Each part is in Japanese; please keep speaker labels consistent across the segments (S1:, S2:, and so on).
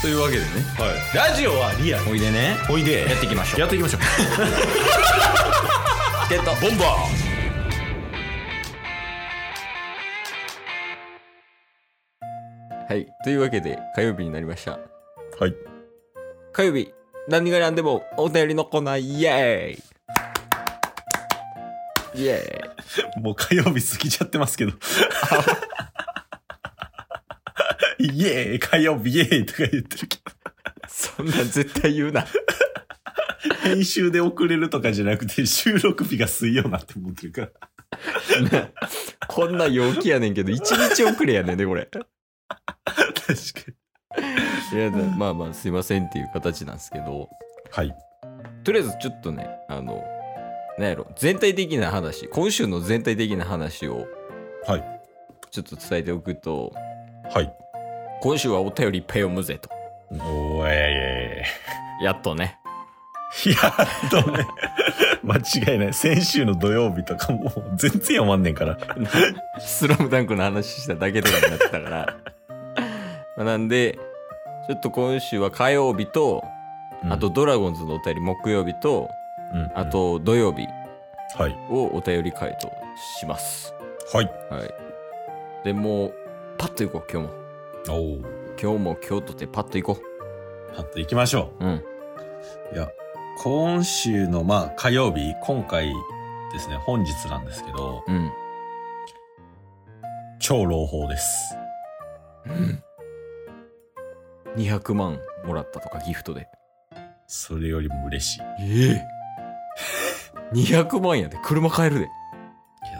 S1: というわけでね
S2: はい、ラジオはリアル
S1: おいでね
S2: おいで
S1: やっていきましょう
S2: やっていきましょう
S1: ってた
S2: ボンバ
S1: はいというわけで火曜日になりました
S2: ーはい
S1: 火曜日何が何でもお便りのコーナーイエーイイエーイ
S2: もう火曜日過ぎちゃってますけど イエーイ火曜日イエーイとか言ってるけ
S1: そんなん絶対言うな
S2: ど編集で遅れるとかじゃなくて収録日が水曜なって思ってるから
S1: こんな陽気やねんけど一日遅れやねんねこれ
S2: 確かに
S1: いやまあまあすいませんっていう形なんですけど
S2: はい
S1: とりあえずちょっとねあのなんやろ全体的な話今週の全体的な話を
S2: はい
S1: ちょっと伝えておくと
S2: はい
S1: 今週はお便りいっぱい読むぜと
S2: おえ
S1: やっとね
S2: いやっとね間違いない先週の土曜日とかもう全然読まんねんから
S1: スラムダンクの話しただけとかになってたから まあなんでちょっと今週は火曜日とあと、ドラゴンズのお便り木曜日と
S2: うん
S1: あと土曜日
S2: はい
S1: をお便り回答します
S2: はい
S1: はいでもうパッと行こう今日も
S2: おお
S1: 今日も今日とてパッと行こ
S2: パッと行きましょう
S1: ううん
S2: いや、今週の、まあ、火曜日、今回ですね、本日なんですけど、
S1: うん
S2: 超朗報です。
S1: 200万もらったとかギフトで
S2: それよりも嬉しい。い
S1: ええ200万やで車買えるで
S2: や、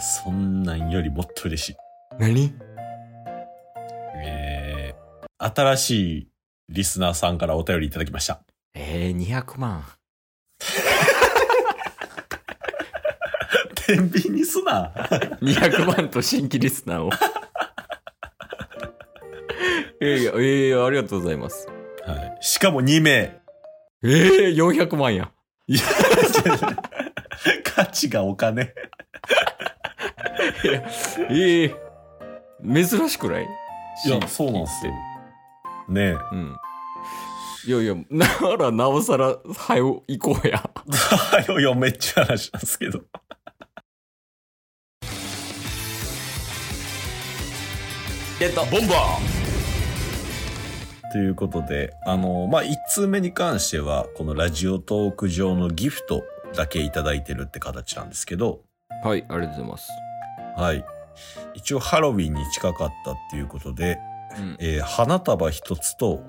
S2: そんなんよりもっと嬉しい。
S1: 何
S2: えー、新しいリスナーさんからお便りいただきました。
S1: ええ200万
S2: 天秤にすな
S1: 200万と新規リスナーを いやいやいやいやありがとうございます
S2: はい。しかも2名。
S1: ええ400万や
S2: いや、価値がお金。
S1: ええ珍しくない
S2: いや、そうなんですよ。ねえ。
S1: うんいやいやならなおさら早よ行こうや
S2: はよ読めっちゃ話なんですけど。
S1: えっとボンバ
S2: ということで、あの、まあ、1通目に関しては、このラジオトーク上のギフトだけいただいてるって形なんですけど、
S1: ーはいありがとうございます、
S2: はい。一応ハロウィンに近かったっていうことで、
S1: うん、
S2: えー花束一つと、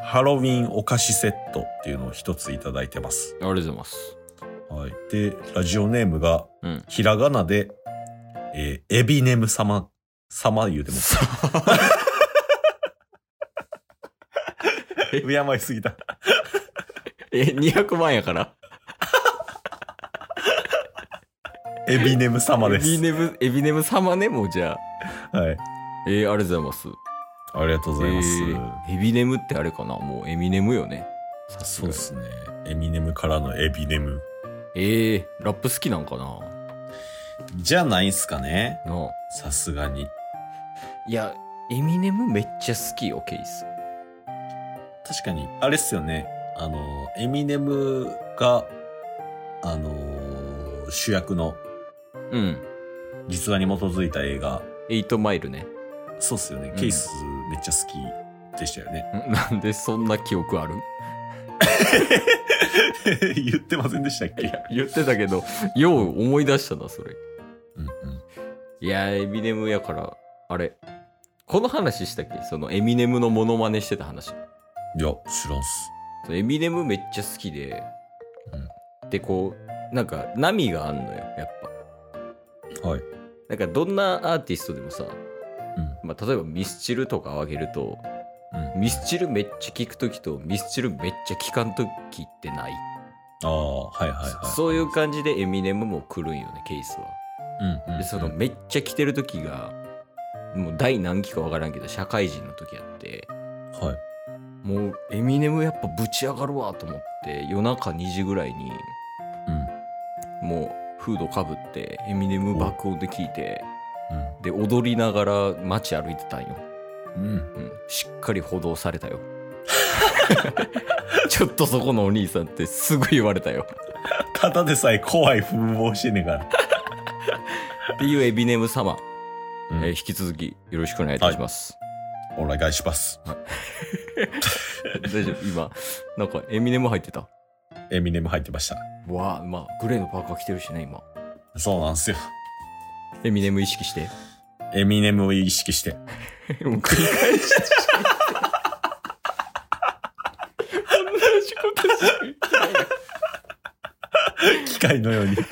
S2: ハロウィンお菓子セットっていうのを一ついただいてます。
S1: ありがとうございます
S2: はい。で、ラジオネームが、
S1: うん
S2: ひらがなで、えーエビネム様、様言うても。
S1: え
S2: 敬いすぎた。
S1: え200万やから
S2: エビネム様で
S1: エビ
S2: す。
S1: ネムエビネム様ねもうじゃあ
S2: はい。
S1: えー、ありがとうございます
S2: ありがとうございます。
S1: えーエビネムってあれかなもうエミネムよね
S2: そうですね。エミネムからのエビネム。
S1: ええラップ好きなんかな
S2: じゃないっすかね。
S1: なあ
S2: さすがに。
S1: いやエミネムめっちゃ好きよケイス
S2: 確かに、あれっすよね。あの、エミネムが、あの、主役の
S1: うん
S2: 実話に基づいた映画。
S1: 8マイルね
S2: そうっすよね
S1: ん。
S2: ケースめっちゃ好きでしたよね。
S1: んなんでそんな記憶ある
S2: 言ってませんでしたっ
S1: い
S2: け
S1: や言ってたけどよう思い出したなそれ
S2: うんうん。
S1: いやエミネムやからあれこの話したっけそのエミネムのモノマネしてた話
S2: いや、知らんっす。
S1: そのエミネムめっちゃ好きで、でこうなんか波があんのよやっぱ
S2: はい。
S1: なんかどんなアーティストでもさ、
S2: うん
S1: まあ、例えばミスチルとかをあげると
S2: うん。
S1: ミスチルめっちゃ聞く時とミスチルめっちゃ聞かん時ってない、
S2: ああ、はいはいはい。
S1: そういう感じでエミネムも来るんよねケースは。
S2: うんうん。
S1: でそのめっちゃ来てる時がもう第何期か分からんけど社会人の時やって
S2: はい。
S1: もうエミネムやっぱぶち上がるわと思って夜中2時ぐらいに
S2: うん。
S1: もうフードかぶってエミネム爆音で聞いて
S2: うん。
S1: で踊りながら街歩いてたんよ、
S2: うん。
S1: うん、しっかり補導されたよちょっとそこのお兄さんってすぐ言われたよ。
S2: ただでさえ怖い風貌してんねんから。
S1: っていうエビネム様、
S2: うん
S1: えー引き続きよろしくお願いいたします。
S2: お願いします。
S1: 大丈夫今、なんかエミネム入ってた。
S2: エミネム入ってました。
S1: わあ、まあ、グレーのパーカー着てるしね、今。
S2: そうなんですよ。
S1: エミネム意識して。
S2: エミネムを意識して。
S1: もう繰り返してし まって。同じことしか言ってないよ
S2: 機械のように。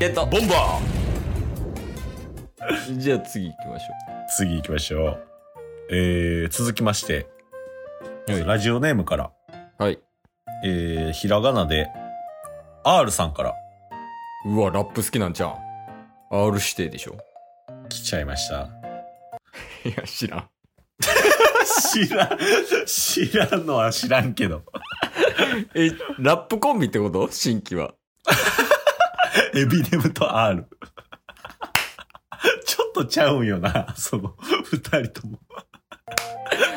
S1: えっと、
S2: ボンバ ー
S1: じゃあ次行きましょ
S2: 次行きましょう。えー、続きまして、
S1: はい
S2: ラジオネームから、
S1: う。はい。
S2: えー、ひらがなで、R さんから
S1: うわ、ラップ好きなんちゃう ?R 指定でしょ。
S2: 来ちゃいました。
S1: いや、知らん。
S2: 知らん、知らんのは知らんけど。
S1: え、ラップコンビってこと新規は。
S2: エビネムと R。ちょっとちゃうんよな、その、二人とも。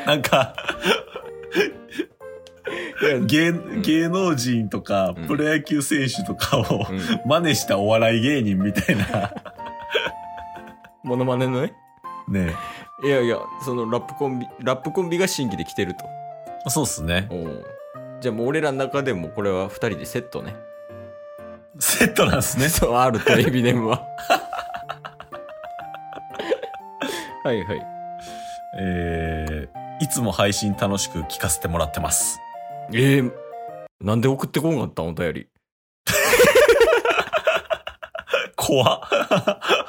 S2: なんか、芸、芸能人とか
S1: うん、
S2: プロ野球選手とかを、
S1: うん。
S2: 真似したお笑い芸人みたいな、
S1: モノマネのね。
S2: ね。
S1: いやいや、そのラップコンビ、ラップコンビが新規で来てると。
S2: そうっすね。
S1: おうじゃあもう俺らの中でもこれは2人でセットね。
S2: セットなんすね。
S1: そう、R とエビネムは。 はいはい。
S2: えー、いつも配信楽しく聞かせてもらってます。
S1: えー、なんで送ってこんかったんお便り。
S2: 怖っ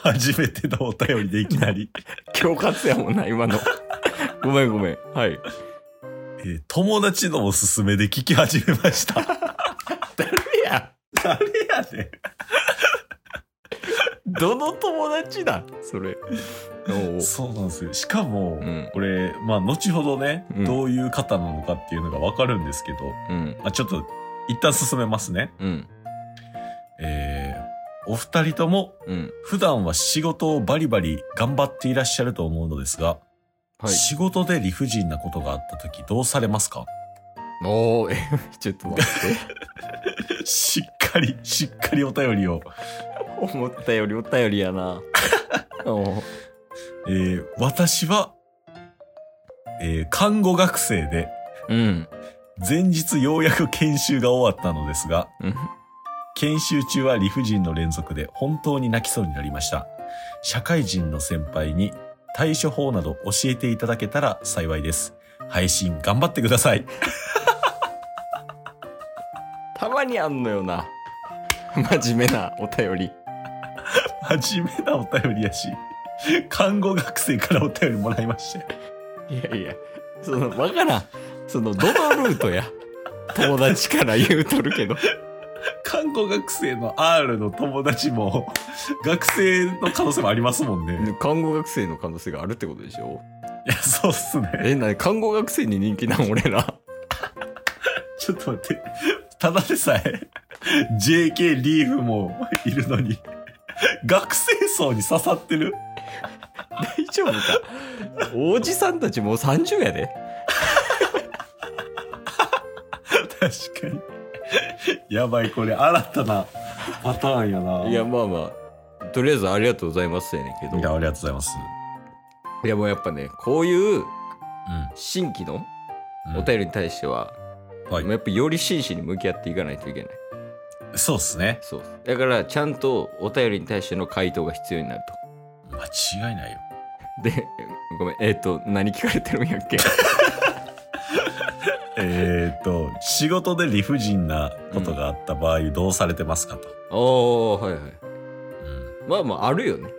S2: 初めてのお便りでいきなり。
S1: 恐喝やもんな、今 の。ごめんごめん。はい。
S2: えー友達のおすすめで聞き始めました。
S1: いや、
S2: 誰やねん。
S1: どの友達だそ れ。おう
S2: そうなんですよ。しかも、
S1: うん
S2: これ、まあ、後ほどね、
S1: うん
S2: どういう方なのかっていうのがわかるんですけど、
S1: うん。
S2: まあ、ちょっと、一旦進めますね。
S1: うん。
S2: えーお二人とも、
S1: うん。
S2: 普段は仕事をバリバリ頑張っていらっしゃると思うのです
S1: は
S2: が、
S1: い。
S2: 仕事で理不尽なことがあった時どうされますか
S1: おー、え、 ちょっと待っ
S2: しっかり、 しっかりお便りを。
S1: て。 思ったよりお便りやな。 おう
S2: えー私は、えー看護学生で、
S1: うん。
S2: 前日ようやく研修が終わったのですが、
S1: うん。
S2: 研修中は理不尽の連続で本当に泣きそうになりました。社会人の先輩に対処法など教えていただけたら幸いです。配信頑張ってください。
S1: たまにあんのよな。 真面目なお便り。
S2: 真面目なお便りやし、看護学生からお便りもらいまして。
S1: いやいや、その、わからん。その、どのルー トや。友達から言うとるけど。
S2: 看護学生の R の友達も、学生の可能性もありますもんね。
S1: 看護学生の可能性があるってことでしょ
S2: いや、そうっすね。
S1: え、なに、看護学生に人気なん俺ら。
S2: ちょっと待って。ただでさえ、JK リーフもいるのに、学生層に刺さってる。
S1: 大丈夫か。おじさんたちもう30やで。
S2: 確かに。やばい、これ新たなパターンやな。
S1: いや、まあまあ、とりあえずありがとうございますやねんけど。
S2: いやありがとうございます。
S1: いや、もうやっぱね、こういう
S2: うん
S1: 新規の
S2: うん
S1: お便りに対しては、
S2: はい
S1: もうやっぱより真摯に向き合っていかないといけない。
S2: そうっすね。
S1: そうですだからちゃんとお便りに対しての回答が必要になると
S2: 間違いないよ。
S1: でごめんえっ、と何聞かれてるんやっけ
S2: えーっと、仕事で理不尽なことがあった場合、どうされてますかと。
S1: おーはいはい
S2: うん、
S1: まあまああるよね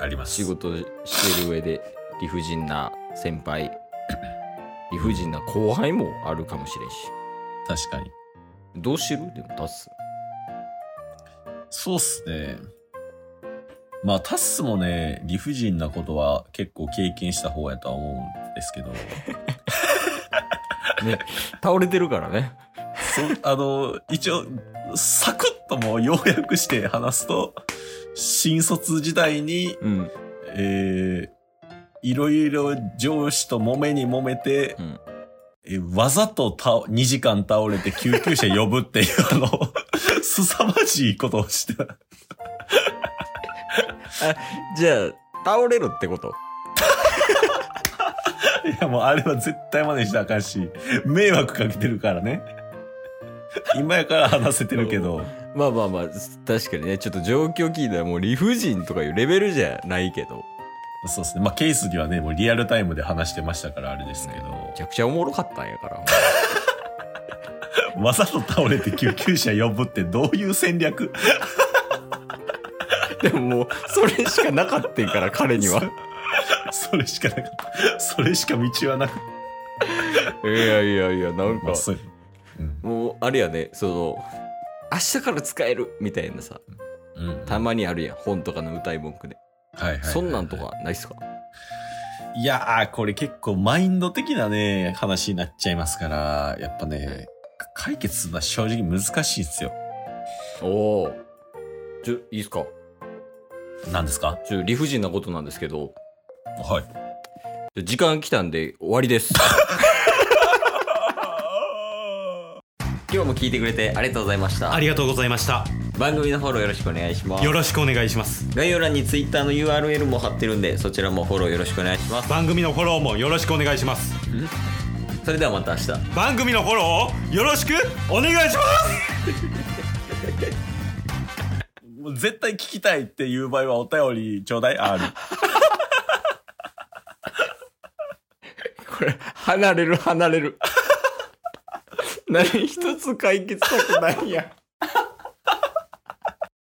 S2: あります。
S1: 仕事してる上で理不尽な先 輩理不尽な後輩もあるかもしれんし
S2: 確かに。
S1: どうしてるでも出す
S2: そうっすね。まあ、タスもね、理不尽なことは結構経験した方やとは思うんですけど、
S1: ね 倒れてるからね
S2: そあの、一応、サクッともう要約して話すと、新卒時代に、
S1: うん
S2: えーいろいろ上司と揉めに揉めて、
S1: うん
S2: えわざとた2時間倒れて救急車呼ぶっていう、あの、 凄まじいことをしてた。
S1: じゃあ、倒れるってこと
S2: いや、もうあれは絶対真似したらあかんし、迷惑かけてるからね。今やから話せてるけど、
S1: まあまあまあ、確かにね、ちょっと状況聞いたらもう理不尽とかいうレベルじゃないけど、
S2: そうですね。まあ、ケースにはね、もうリアルタイムで話してましたからあれですけど。
S1: めちゃくちゃおもろかったんやから。
S2: わざと倒れて救急車呼ぶってどういう戦略
S1: でももう、それしかなかったんから、彼には。
S2: それしかなかった。それしか道はなかっ
S1: いやいやいや、なん
S2: た。ま
S1: か
S2: あ、そううん
S1: もう、あれやね、その、明日から使えるみたいなさ、
S2: うん
S1: たまにあるやん、本とかの歌い文句で。
S2: はいはいはい
S1: そんなんとかないっすか
S2: いやー、これ結構マインド的なね、話になっちゃいますから、やっぱね、解決するのは正直難しいんですよ。
S1: おお。ちょ、いいっすか
S2: 何ですか
S1: ちょ、理不尽なことなんですけど、
S2: はい。
S1: ちょ時間来たんで終わりです。 今日も聞いてくれてありがとうございました
S3: あ。りがとうございました
S1: 番組のフォローよろしくお願いします
S3: よ。ろしくお願いします
S1: 概要欄に Twitter の URL も貼ってるんで、そちらもフォローよろしくお願いします。
S3: 番組のフォローもよろしくお願いします
S1: それではまた明日。
S3: 番組のフォローをよろしくお願いします
S2: もう絶対聞きたいっていう場合はお便りちょうだい、R。
S1: これ、 離れる離れる。何一つ解決策ないやん。